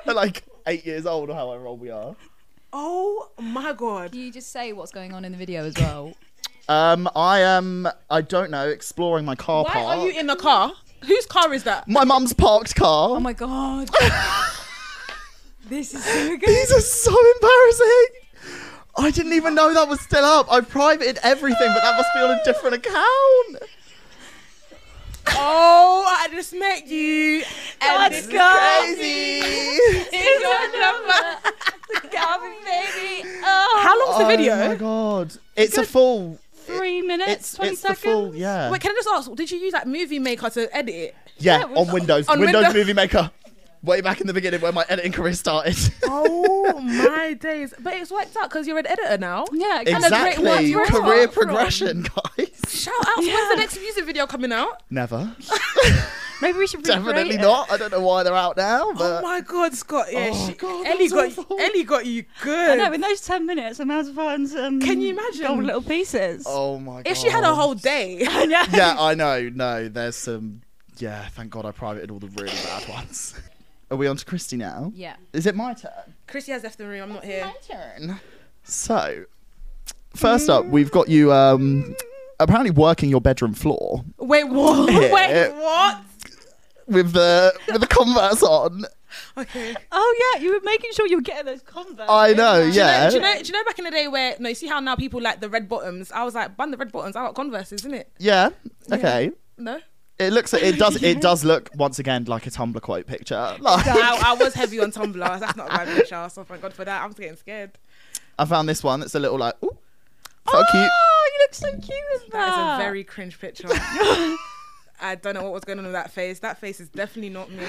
Speaker 1: At like eight years old or however old we are.
Speaker 2: Oh my god.
Speaker 4: Can you just say what's going on in the video as well?
Speaker 1: Um, I am. I don't know. Exploring my car
Speaker 2: Why
Speaker 1: park.
Speaker 2: are you in a car? Whose car is that?
Speaker 1: my mum's parked car.
Speaker 4: Oh my god. this is so good.
Speaker 1: These are so embarrassing. I didn't even know that was still up. I privated everything, but that must be on a different account.
Speaker 2: [laughs] oh, I just met you.
Speaker 3: Let's
Speaker 2: this is
Speaker 3: go.
Speaker 1: Crazy.
Speaker 2: Here's your [laughs] number.
Speaker 3: Calvin, baby. Oh,
Speaker 2: How long's the video?
Speaker 1: Oh my god. It's a full.
Speaker 3: three minutes,
Speaker 1: It's
Speaker 3: 20
Speaker 1: it's the
Speaker 3: seconds.
Speaker 1: full. Yeah.
Speaker 2: Wait, can I just ask? Did you use like Movie Maker to edit it?
Speaker 1: yeah,
Speaker 3: yeah,
Speaker 1: On Windows.
Speaker 2: on
Speaker 1: Windows
Speaker 2: Windows.
Speaker 1: Movie Maker. Way back in the beginning when my editing career started.
Speaker 2: Oh
Speaker 1: [laughs]
Speaker 2: [laughs] my days! But it's worked out because you're an editor now.
Speaker 3: Yeah, it kind of great
Speaker 2: work
Speaker 1: exactly.
Speaker 2: you're
Speaker 3: work from.
Speaker 1: Career
Speaker 2: [laughs]
Speaker 1: progression, guys.
Speaker 2: Shout out! When's the next music video coming out?
Speaker 1: [laughs] Never.
Speaker 3: Maybe we
Speaker 1: [laughs]
Speaker 3: should
Speaker 1: Definitely
Speaker 3: recreate it.
Speaker 1: not. I don't know why they're out now,
Speaker 2: Oh
Speaker 1: but
Speaker 2: my God, Scott! Yeah,
Speaker 1: Oh
Speaker 2: she,
Speaker 1: God,
Speaker 2: Ellie
Speaker 1: that's
Speaker 2: got
Speaker 1: awful.
Speaker 2: Ellie got you
Speaker 3: I
Speaker 2: good.
Speaker 3: know, in those 10 minutes, I might as well find some.
Speaker 2: Can you imagine?
Speaker 3: gold little pieces. [laughs]
Speaker 1: oh my god.
Speaker 2: if she had a whole day, [laughs]
Speaker 3: I know.
Speaker 1: [laughs] Yeah, I know. No, there's some. Yeah, thank God I privated all the really bad [laughs] ones. Are we on to Christy now?
Speaker 4: Yeah.
Speaker 1: Is it my turn?
Speaker 2: Chrissy has left the room. I'm not here.
Speaker 1: turn. So, first up, we've got you um, apparently working your bedroom floor
Speaker 2: Wait, what?
Speaker 1: Yeah.
Speaker 2: Wait, what?
Speaker 1: with the with the [laughs] Converse on.
Speaker 2: Okay.
Speaker 3: Oh, yeah, you were making sure you were getting those Converse.
Speaker 1: I know.
Speaker 2: Do you, know,
Speaker 1: Yeah.
Speaker 2: do you know? Do you know? Back in the day, where no, you see how now people like the red bottoms. I was like, ban the red bottoms. I got Converse, isn't it?
Speaker 1: Yeah. Okay.
Speaker 2: No.
Speaker 1: It looks. It does. It does look once again like a Tumblr quote picture. [laughs] Like,
Speaker 2: I, I was heavy on Tumblr. That's not a bad picture. So thank God for that. I'm just getting scared.
Speaker 1: I found this one. It's a little like. Ooh, so cute.
Speaker 3: Oh, you look so cute in that.
Speaker 2: That is a very cringe
Speaker 1: [laughs]
Speaker 2: picture. I don't know what was going on with that face. That face is definitely not me.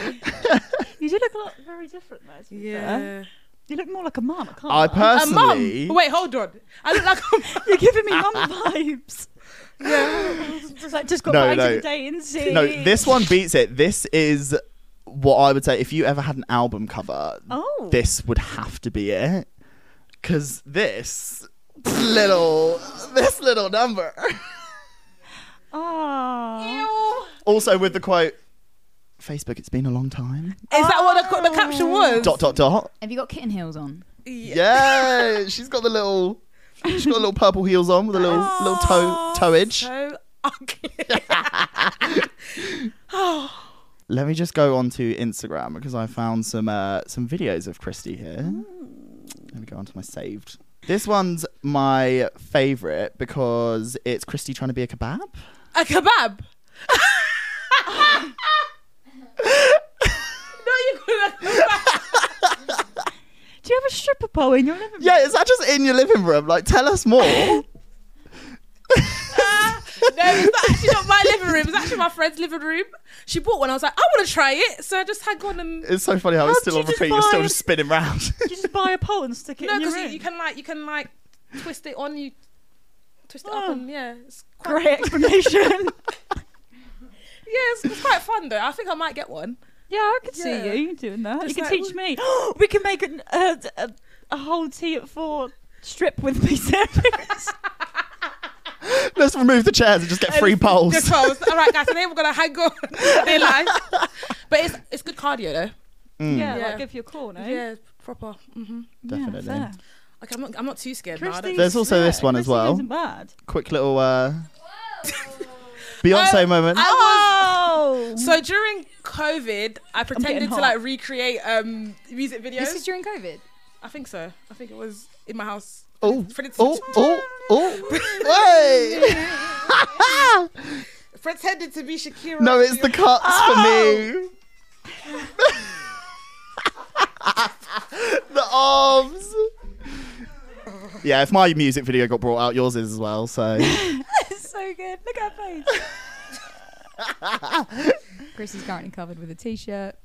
Speaker 3: You do look a lot very different, though. To be fair.
Speaker 2: Yeah.
Speaker 3: You look more like a mum, I can't
Speaker 1: I
Speaker 2: A
Speaker 3: lie.
Speaker 1: Uh, personally.
Speaker 2: mum. Wait, hold on. I look like
Speaker 1: [laughs]
Speaker 2: a
Speaker 3: You're giving me mum
Speaker 2: [laughs]
Speaker 3: vibes.
Speaker 2: Yeah.
Speaker 3: It's like, just got
Speaker 1: No,
Speaker 3: back
Speaker 1: no.
Speaker 3: in the day and see.
Speaker 1: No, this one beats it. This is what I would say if you ever had an album cover,
Speaker 3: Oh.
Speaker 1: this would have to be it. Cause this little this little number. [laughs]
Speaker 3: Oh.
Speaker 1: also with the quote Facebook, it's been a long time.
Speaker 2: Is that what the, the caption was?
Speaker 1: Ah. Dot dot dot.
Speaker 4: Have you got kitten heels on?
Speaker 2: Yeah.
Speaker 1: Yeah. she's got the little she's got little purple heels on with a little little toe
Speaker 2: Ah.
Speaker 1: toeage.
Speaker 2: [laughs] So ugly. [laughs]
Speaker 1: [laughs]
Speaker 2: [sighs]
Speaker 1: Let me just go on to Instagram because I found some uh, some videos of Christy here. Let me go on to my saved. This one's my favourite because it's Christy trying to be a kebab.
Speaker 2: a kebab. no, you couldn't.
Speaker 3: Do you have a stripper pole in your living room?
Speaker 1: Yeah, is that just in your living room? Like, tell us more.
Speaker 2: No, it's not actually not my living room. It's actually my friend's living room. She bought one. I was like, I want to try it. So I just had one
Speaker 1: [laughs]
Speaker 2: and
Speaker 1: it's so funny how, it's
Speaker 3: How
Speaker 1: still
Speaker 3: do
Speaker 1: on
Speaker 3: you
Speaker 1: repeat. You're still
Speaker 3: define-
Speaker 1: just spinning round. [laughs]
Speaker 3: You just buy a pole and stick it
Speaker 2: no,
Speaker 3: in your
Speaker 2: because you,
Speaker 3: room.
Speaker 2: you can like you can like twist it on you, twist it
Speaker 3: Oh.
Speaker 2: up and [laughs] yeah, it's quite, [laughs]
Speaker 3: Great explanation.
Speaker 2: yeah, it's, it's quite fun though. I think I might get one.
Speaker 3: yeah, I could
Speaker 2: Yeah.
Speaker 3: see you doing that. you
Speaker 2: Just
Speaker 3: can
Speaker 2: like-
Speaker 3: teach me.
Speaker 2: [gasps]
Speaker 3: [gasps] we can make an, uh, d- a, a whole tea at four strip with
Speaker 1: [laughs]
Speaker 3: me service.
Speaker 1: Mm. Let's remove the chairs and just get free poles.
Speaker 2: Good poles. All right, guys. Today we're gonna hang
Speaker 3: [laughs]
Speaker 2: on. they lie, but it's it's good cardio though.
Speaker 1: Mm,
Speaker 3: yeah,
Speaker 2: Yeah.
Speaker 3: like give you a call, no?
Speaker 2: Yeah, proper. hmm
Speaker 1: Definitely.
Speaker 3: fair.
Speaker 2: Okay, I'm not I'm not too scared. now. I don't-
Speaker 3: Christy-
Speaker 1: There's also this
Speaker 3: yeah,
Speaker 1: one as
Speaker 3: Christy
Speaker 1: well.
Speaker 3: Isn't bad.
Speaker 1: Quick little uh, Beyonce
Speaker 2: Um,
Speaker 1: moment.
Speaker 2: I
Speaker 3: [laughs] Oh!
Speaker 2: So during COVID, I pretended to
Speaker 3: hot.
Speaker 2: like recreate um music videos.
Speaker 4: This is during COVID.
Speaker 2: I think so. I think it was in my house.
Speaker 1: oh,
Speaker 2: Fred
Speaker 1: oh, oh,
Speaker 2: [laughs]
Speaker 1: oh. Wait.
Speaker 2: pretended to be Shakira.
Speaker 1: No, it's the cuts for [laughs] me. the arms. Yeah, if my music video got brought out, yours is as well. So
Speaker 3: it's so good. Look at her face.
Speaker 4: Chris is currently covered with a t-shirt.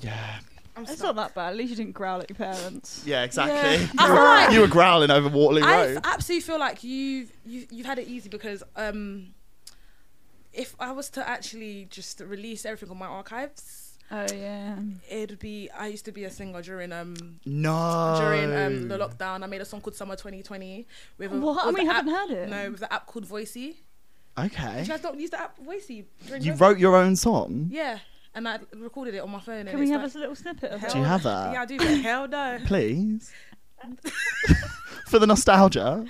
Speaker 1: yeah,
Speaker 2: I'm
Speaker 3: It's
Speaker 2: stuck.
Speaker 3: not that bad. At least you didn't growl at your parents.
Speaker 1: [laughs] yeah, exactly.
Speaker 2: I
Speaker 1: You,
Speaker 2: feel
Speaker 1: were,
Speaker 2: like-
Speaker 1: you were growling over Waterloo
Speaker 2: I
Speaker 1: Road.
Speaker 2: f- absolutely feel like you've, you've you've had it easy because um, if I was to actually just release everything on my archives,
Speaker 3: Oh, yeah.
Speaker 2: it'd be I used to be a singer during um
Speaker 1: no.
Speaker 2: during um
Speaker 1: Oh.
Speaker 2: the lockdown. I made a song called Summer 2020 with a,
Speaker 3: What?
Speaker 2: with
Speaker 3: And we
Speaker 2: the
Speaker 3: haven't
Speaker 2: app,
Speaker 3: heard it?
Speaker 2: No,
Speaker 1: Um,
Speaker 2: with the app called Voicey.
Speaker 1: Okay.
Speaker 2: You guys don't use the app Voicey. during
Speaker 1: Eh? You
Speaker 2: COVID?
Speaker 1: wrote your own song.
Speaker 2: Yeah, and I recorded it on my phone.
Speaker 3: Can
Speaker 2: and
Speaker 3: we
Speaker 2: it's
Speaker 3: have
Speaker 2: like,
Speaker 3: a little snippet of
Speaker 2: hell-
Speaker 3: it?
Speaker 1: Do you have that?
Speaker 2: Yeah, I do.
Speaker 1: [coughs]
Speaker 2: But hell no.
Speaker 1: Please.
Speaker 2: [laughs]
Speaker 1: for the nostalgia.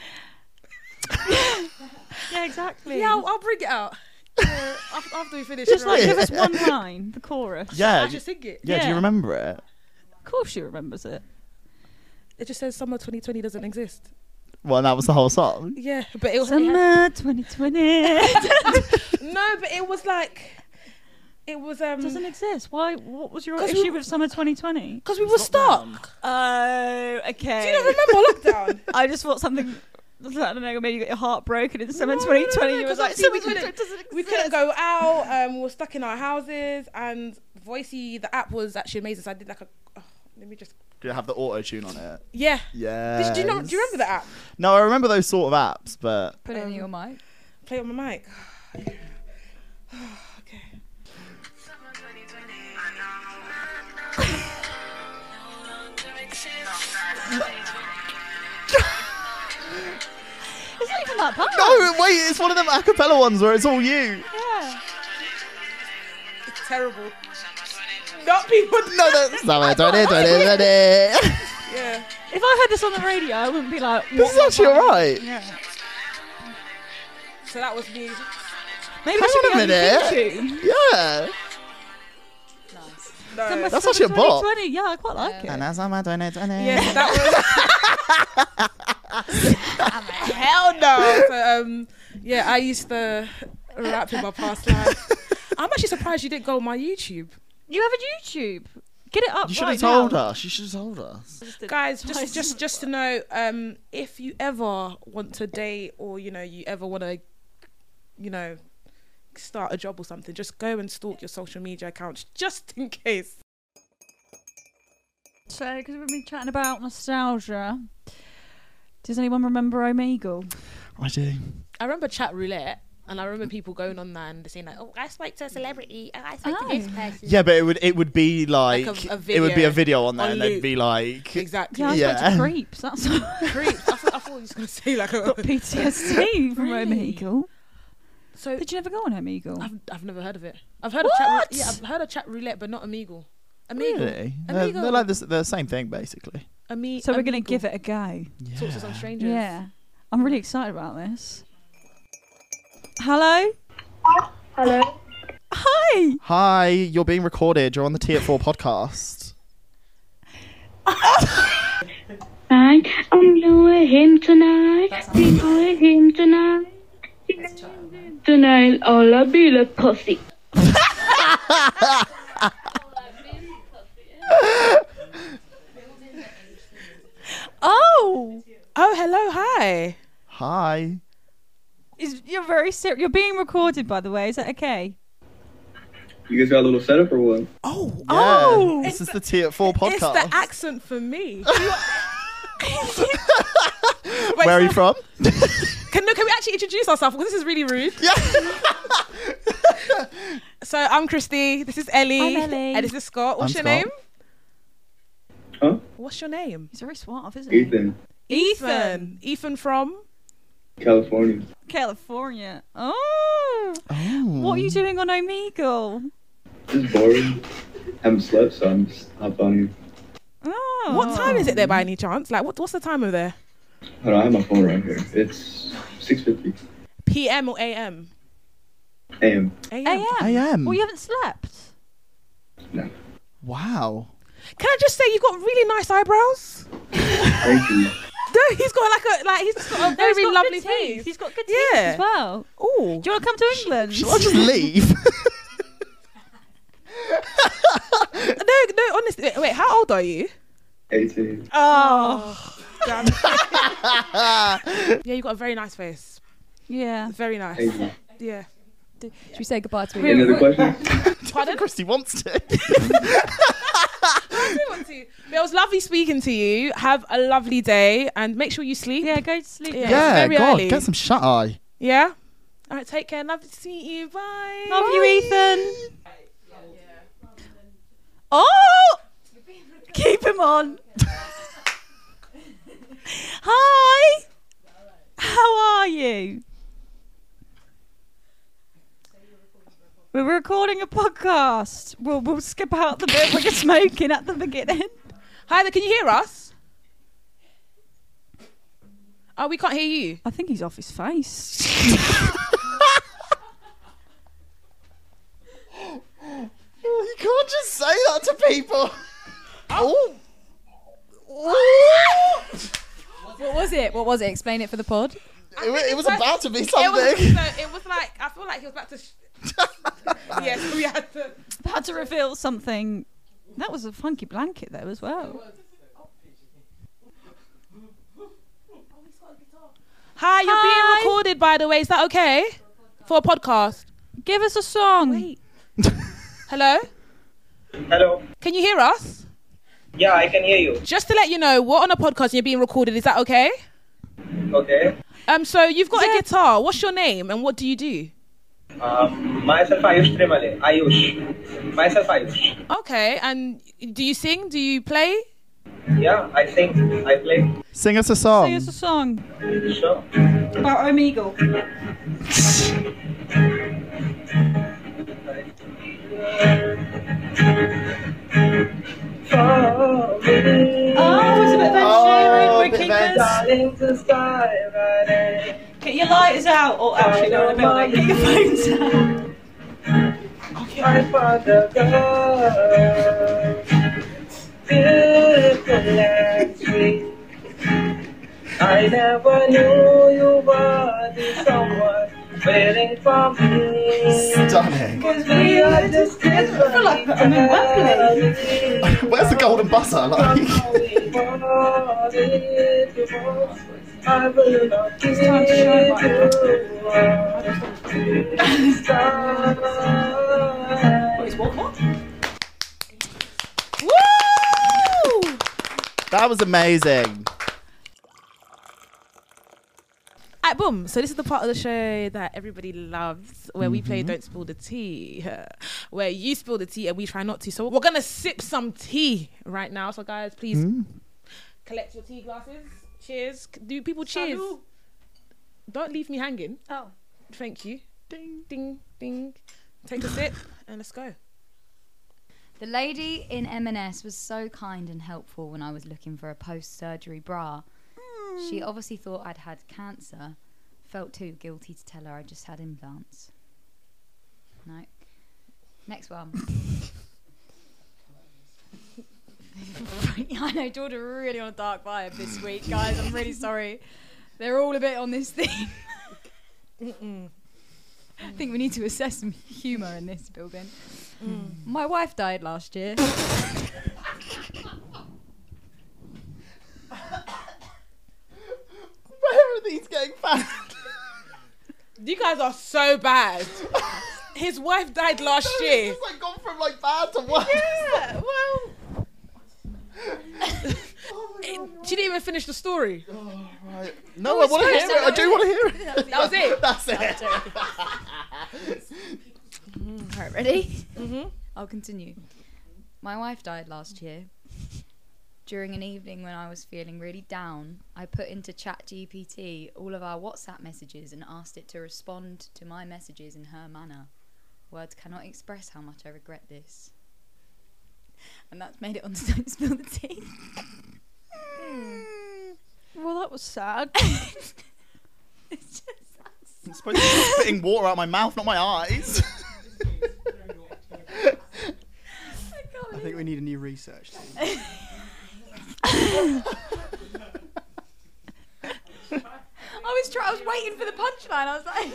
Speaker 3: Yeah, exactly.
Speaker 2: Yeah, I'll, I'll bring it
Speaker 3: [laughs]
Speaker 2: out uh, af- after we finish.
Speaker 3: Just
Speaker 2: right?
Speaker 3: like give
Speaker 2: [laughs]
Speaker 3: us one line, the chorus.
Speaker 1: Yeah.
Speaker 2: I just sing it.
Speaker 1: yeah. Do you
Speaker 3: yeah.
Speaker 1: remember it?
Speaker 3: Of course she remembers it.
Speaker 2: It just says summer 2020 doesn't exist.
Speaker 1: Well, and that was the whole song.
Speaker 2: Yeah, but it was
Speaker 3: Summer 2020
Speaker 2: [laughs] no, but it was like it was um
Speaker 3: doesn't exist. Why? What was your
Speaker 2: 'Cause
Speaker 3: issue
Speaker 2: we-
Speaker 3: with summer 2020?
Speaker 2: because we were stuck.
Speaker 3: Oh, okay.
Speaker 2: Do you not remember lockdown?
Speaker 3: I just thought something. I don't know. Maybe you got your heart broken in summer
Speaker 2: No, no, no,
Speaker 3: 2020.
Speaker 2: no,
Speaker 3: you
Speaker 2: 'cause
Speaker 3: was like,
Speaker 2: obviously
Speaker 3: summer
Speaker 2: we couldn't-
Speaker 3: 2020 doesn't
Speaker 2: We
Speaker 3: exist.
Speaker 2: couldn't go out. Um, we were stuck in our houses, and Voicey, the app was actually amazing. So I did like a. Oh, let me just.
Speaker 1: Did it have the auto tune on it?
Speaker 2: Yeah. Did
Speaker 1: Yeah.
Speaker 2: you- do you not? Do you remember the app?
Speaker 1: No, I remember those sort of apps, but
Speaker 4: Put it
Speaker 2: Um,
Speaker 4: in your mic.
Speaker 2: Play it on my mic. [sighs]
Speaker 3: It's not
Speaker 2: [laughs]
Speaker 3: even that bad.
Speaker 1: no, wait, it's one of them a cappella ones where it's all you.
Speaker 3: Yeah.
Speaker 2: It's terrible. Not people.
Speaker 1: No, [laughs] that's summer 2020.
Speaker 2: Yeah.
Speaker 3: If I heard this on the radio, I wouldn't be like, what?
Speaker 1: This is actually alright.
Speaker 3: Yeah.
Speaker 2: So that was me.
Speaker 3: Maybe
Speaker 1: Hang
Speaker 3: it
Speaker 1: on
Speaker 3: should
Speaker 1: a
Speaker 3: be on
Speaker 1: minute.
Speaker 3: YouTube.
Speaker 1: Yeah.
Speaker 2: No.
Speaker 3: Summer-
Speaker 1: That's
Speaker 3: summer
Speaker 1: actually a bop.
Speaker 3: 2020. Yeah, I quite like it.
Speaker 1: that's summer 2020.
Speaker 2: yeah, that was. [laughs] Hell no. So, um, yeah, I used to rap in my past life. I'm actually surprised you didn't go on my YouTube.
Speaker 3: You have a YouTube. Get it up.
Speaker 1: You should
Speaker 3: right
Speaker 1: have told
Speaker 3: now.
Speaker 1: us. You should have told us.
Speaker 2: guys
Speaker 3: Why
Speaker 2: just
Speaker 3: is
Speaker 2: just
Speaker 3: it-
Speaker 2: just to know um if you ever want to date or you know you ever want to you know start a job or something just go and stalk your social media accounts just in case
Speaker 3: So, because we've been chatting about nostalgia, does anyone remember Omegle?
Speaker 1: I do.
Speaker 2: i remember chat roulette and i remember people going on there and saying like oh i spoke to a celebrity oh, i spoke to this person
Speaker 1: Yeah, but it would it would be like,
Speaker 2: Like a- a
Speaker 1: it would be a
Speaker 2: video
Speaker 1: video on there,
Speaker 2: on
Speaker 1: and they'd
Speaker 2: loop.
Speaker 1: be like,
Speaker 2: exactly
Speaker 3: Yeah, I spoke
Speaker 1: Yeah.
Speaker 3: to creeps. That's
Speaker 2: [laughs] creeps I, thought, I thought you was gonna say [laughs] like
Speaker 3: got
Speaker 2: a,
Speaker 3: PTSD from
Speaker 2: Really?
Speaker 3: Omegle.
Speaker 2: so
Speaker 3: Did you never go on Omegle?
Speaker 2: I've, I've never heard of it i've heard of
Speaker 3: What?
Speaker 2: chat yeah i've heard of chat roulette but not amigo amigo
Speaker 1: really?
Speaker 2: Amigo.
Speaker 1: They're, they're like this, they're the same thing basically.
Speaker 2: Ami-
Speaker 3: So we're gonna
Speaker 2: Amigo.
Speaker 3: give it a go.
Speaker 2: talk to [gasps] some strangers
Speaker 3: Yeah, I'm really excited about this. Hello.
Speaker 5: Hello.
Speaker 3: Hi.
Speaker 1: Hi, you're being recorded. You're on the T at Four podcast.
Speaker 5: Hi, I'm going him tonight. We going him tonight. Tonight, all I be a pussy.
Speaker 3: Oh,
Speaker 2: oh hello hi
Speaker 1: Hi.
Speaker 3: is you're very ser- you're being recorded by the way. Is that okay?
Speaker 6: You guys got a little setup or what?
Speaker 2: oh
Speaker 1: Yeah,
Speaker 3: Oh,
Speaker 1: this is the T at Four
Speaker 2: It's
Speaker 1: podcast.
Speaker 2: the accent
Speaker 1: [laughs]
Speaker 2: for me. Wait,
Speaker 1: Where are you [laughs] from?
Speaker 2: so- Can, no, can we actually introduce ourselves? Because this is really rude.
Speaker 1: yeah.
Speaker 2: [laughs] So I'm Christy. This is Ellie.
Speaker 3: I'm Ellie.
Speaker 2: And this is Scott. What's
Speaker 1: I'm
Speaker 2: your
Speaker 1: Scott.
Speaker 2: name?
Speaker 6: Huh?
Speaker 2: What's your name?
Speaker 3: he's very suave, isn't he?
Speaker 6: Ethan,
Speaker 2: Ethan. Ethan from?
Speaker 6: California.
Speaker 3: California. Oh. What are
Speaker 1: Mm.
Speaker 3: you doing on Omegle?
Speaker 6: This is boring. haven't slept, so I'm just hop on here.
Speaker 3: Oh.
Speaker 2: What time is it there by any chance? Like, what, what's the time over there?
Speaker 6: Hold on, I have my phone right here. It's 6.50
Speaker 2: PM or AM?
Speaker 6: a.m.
Speaker 2: AM.
Speaker 3: AM.
Speaker 1: AM.
Speaker 3: Well, you haven't slept.
Speaker 6: No.
Speaker 1: [laughs] Wow.
Speaker 2: Can I just say you've got really nice eyebrows?
Speaker 6: Thank you.
Speaker 2: No, he's got like a like he's just got a
Speaker 3: No, he's
Speaker 2: very
Speaker 3: got
Speaker 2: lovely
Speaker 3: good teeth.
Speaker 2: face.
Speaker 3: He's got good teeth
Speaker 2: Yeah.
Speaker 3: as well.
Speaker 2: Oh,
Speaker 3: Do you want to come to England?
Speaker 1: Shall I just leave? [laughs]
Speaker 2: no, no. Honestly, wait, wait. How old are you?
Speaker 6: 18.
Speaker 2: Oh, [laughs] damn. yeah, you got a very nice face.
Speaker 3: yeah.
Speaker 2: Very nice.
Speaker 6: Thank you.
Speaker 2: Yeah.
Speaker 4: Should we say goodbye to
Speaker 6: Any
Speaker 4: it?
Speaker 6: other questions?
Speaker 2: Pardon?
Speaker 1: Christy wants to. [laughs]
Speaker 2: I do want to. But it was lovely speaking to you. Have a lovely day and make sure you sleep.
Speaker 3: Yeah, go to sleep.
Speaker 2: Yeah.
Speaker 1: yeah,
Speaker 2: very
Speaker 1: God,
Speaker 2: early.
Speaker 1: get some shut eye.
Speaker 2: Yeah? All right, take care. Love to meet you. Bye.
Speaker 3: Love you, Ethan. Oh! Keep him on. Hi. How are you? We were recording a podcast. We'll, we'll skip out the bit where you're smoking at the beginning.
Speaker 2: Hi there. Can you hear us? Oh, we can't hear you.
Speaker 3: I think he's off his face.
Speaker 1: Oh, You can't just say that to [laughs] people. Oh.
Speaker 2: What was it? it.
Speaker 4: What was it? Explain it for the pod.
Speaker 2: I
Speaker 1: It, wa-
Speaker 2: think
Speaker 1: it was
Speaker 2: like-
Speaker 1: about to be
Speaker 2: It was,
Speaker 1: something.
Speaker 2: so it was like I feel like he was about to. Sh- yeah, so we had to.
Speaker 3: Had to reveal something. That was a funky blanket though as well.
Speaker 2: Hi, you're
Speaker 3: Hi.
Speaker 2: being recorded, by the way. Is that okay for a podcast?
Speaker 3: Give us a song.
Speaker 2: Hello,
Speaker 7: Hello.
Speaker 2: can you hear us?
Speaker 7: Yeah, I can hear you.
Speaker 2: Just to let you know, we're on a podcast and you're being recorded. Is that okay?
Speaker 7: Okay.
Speaker 2: Um, so you've got
Speaker 3: Yeah.
Speaker 2: a guitar. What's your name and what do you do?
Speaker 7: Um, myself Ayush Tremale. Ayush. Myself Ayush.
Speaker 2: Okay, and do you sing? Do you play?
Speaker 7: Yeah, I sing. I play.
Speaker 1: [laughs] Sing us a song.
Speaker 3: Sing us a song
Speaker 7: Sure.
Speaker 3: about Omegle. Oh, it's about Ben
Speaker 1: Oh,
Speaker 3: Sheeran,
Speaker 1: bit
Speaker 3: Wicked
Speaker 1: Ben-
Speaker 3: Kiss. Get your lighters out, or actually they're in the building. Get your phones out.
Speaker 7: I never knew you were the someone waiting for me.
Speaker 1: Stunning.
Speaker 7: Cause we are just different.
Speaker 3: I feel like I'm in
Speaker 1: [laughs]
Speaker 3: Wembley.
Speaker 1: Where's the golden buzzer? Like,
Speaker 7: I will not give you up.
Speaker 1: [laughs] that was amazing.
Speaker 2: At boom. So this is the part of the show that everybody loves, where we play "Don't Spill the Tea," [laughs] where you spill the tea and we try not to. So we're gonna sip some tea right now. So guys, please collect your tea glasses. Cheers. Do people cheers? Don't leave me hanging.
Speaker 3: Oh.
Speaker 2: Thank you. Ding ding ding. Take a sip and let's go.
Speaker 8: The lady in M&S was so kind and helpful when I was looking for a post-surgery bra. She obviously thought I'd had cancer. Felt too guilty to tell her I just had implants. No. Next one. [laughs]
Speaker 4: I know Jordan really on a dark vibe this week, guys. I'm really sorry. They're all a bit on this theme. I think we need to assess some humour in this building. My wife died last year.
Speaker 1: Where are these getting found?
Speaker 2: You guys are so bad. His wife died [laughs] last year.
Speaker 1: It's like gone from like bad to worse. [laughs]
Speaker 2: Yeah, well. It- she didn't even finish the story.
Speaker 1: Oh Right. No, I want to hear it. I do want to hear it.
Speaker 2: That was
Speaker 1: [laughs]
Speaker 2: it.
Speaker 1: That's it.
Speaker 8: Alright, ready?
Speaker 4: Mm-hmm.
Speaker 8: I'll continue. My wife died last year. During an evening when I was feeling really down, I put into ChatGPT all of our WhatsApp messages and asked it to respond to my messages in her manner. Words cannot express how much I regret this. And that's made it onto Don't Spill the
Speaker 3: [laughs]
Speaker 8: Tea. [laughs]
Speaker 1: Hmm.
Speaker 3: Well, that was sad.
Speaker 1: I'm supposed to be spitting water out my mouth, not my eyes. [laughs] I think we need a new research team.
Speaker 4: I was try- I was waiting for the punchline. I was like,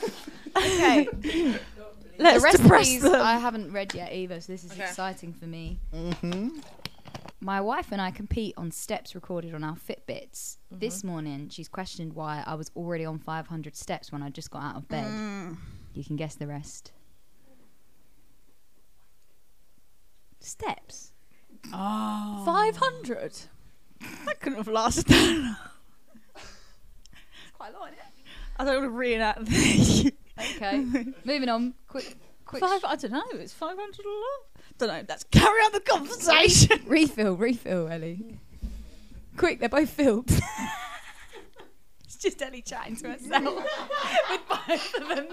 Speaker 4: [laughs] it's just
Speaker 8: [laughs]
Speaker 4: sad. okay.
Speaker 3: [laughs] Let's
Speaker 8: the rest of
Speaker 3: depress
Speaker 8: these
Speaker 3: them.
Speaker 8: I haven't read yet either, so this is exciting for me. My wife and I compete on steps recorded on our Fitbits. This morning, she's questioned why I was already on 500 steps when I just got out of bed. You can guess the rest. Steps.
Speaker 3: Five hundred. That couldn't have lasted that long.
Speaker 4: Quite a lot,
Speaker 3: I don't want to reenact [laughs] the
Speaker 8: Okay, [laughs] moving on. Quick, quick.
Speaker 3: five. I don't know. It's five hundred a lot. Don't know. Let's carry on the conversation. [laughs]
Speaker 4: Refill,
Speaker 3: Oh,
Speaker 4: refill, Ellie. Quick, they're both filled.
Speaker 8: [laughs]
Speaker 4: it's just Ellie chatting to herself with both of them.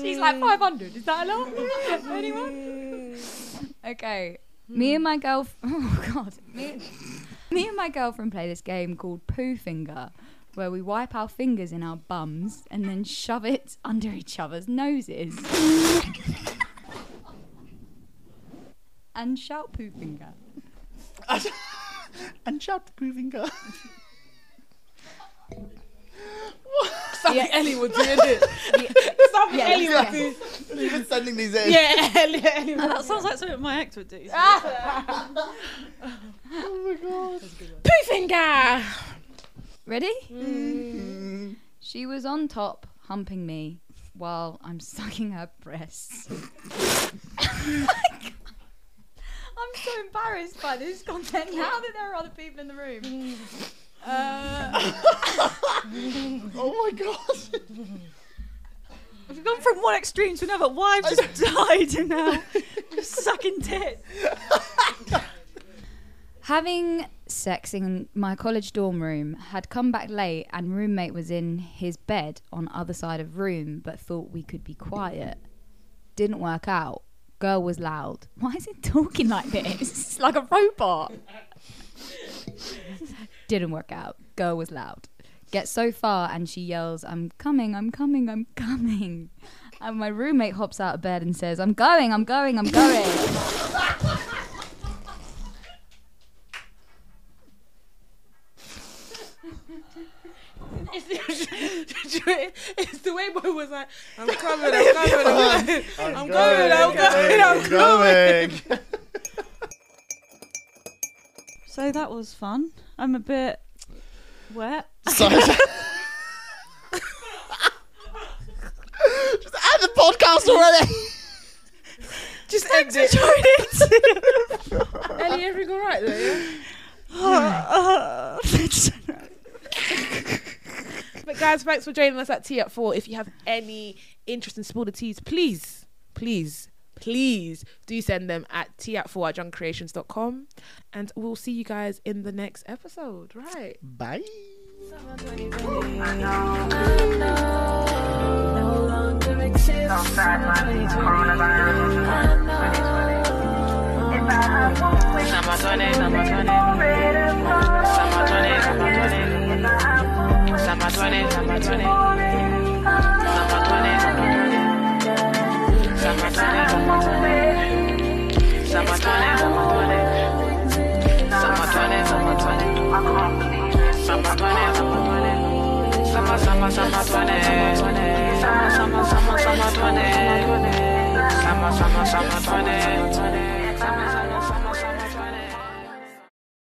Speaker 4: She's like 500. Is that a lot?
Speaker 8: [laughs]
Speaker 4: Anyone?
Speaker 8: Okay. Me and my girl. [laughs] Oh God. Me, me and my girlfriend play this game called Poo Finger, where we wipe our fingers in our bums and then shove it under each other's noses. and shout Poo Finger.
Speaker 1: and shout the grooving girl. [laughs]
Speaker 2: Something Ellie would do, isn't [laughs] it? Something
Speaker 8: Yeah.
Speaker 2: Ellie would
Speaker 1: Yeah.
Speaker 2: do.
Speaker 1: You've been sending these in.
Speaker 2: Yeah, Ellie, Ellie [laughs] would.
Speaker 3: Oh, That sounds like something my ex would do.
Speaker 2: Oh Poofing guy.
Speaker 8: Ready? She was on top, humping me, while I'm sucking her breasts. [laughs] I'm so embarrassed by this content now that there are other people in the room.
Speaker 1: [laughs]
Speaker 8: Uh,
Speaker 1: Oh my god.
Speaker 3: We've gone from one extreme to another. Why
Speaker 1: [laughs]
Speaker 3: I've just died and now just sucking tits.
Speaker 8: Having sex in my college dorm room, had come back late and roommate was in his bed on other side of room, but thought we could be quiet. Didn't work out. Girl was loud. Why is it talking like this? [laughs] like a robot. [laughs] Didn't work out. Girl was loud. Get so far and she yells, I'm coming, I'm coming, I'm coming. And my roommate hops out of bed and says, I'm going, I'm going, I'm going.
Speaker 2: It's, it's the way boy was like, [laughs] I'm coming, I'm coming, I'm coming, [laughs] I'm coming, I'm coming, I'm coming. [laughs]
Speaker 3: So that was fun. I'm a bit
Speaker 8: [laughs]
Speaker 3: wet. [laughs]
Speaker 1: So Just add the podcast already.
Speaker 2: Just end it. [laughs] Ellie, everything all right though? Yeah? But guys, thanks for joining us at Tea at Four. If you have any interest in smaller teas, please, please, please do send them at tea at four at junkcreations.com. And we'll see you guys in the next episode. Right.
Speaker 1: Bye.
Speaker 9: Summer, summer, summer, twenty. Summer, summer, summer, twenty.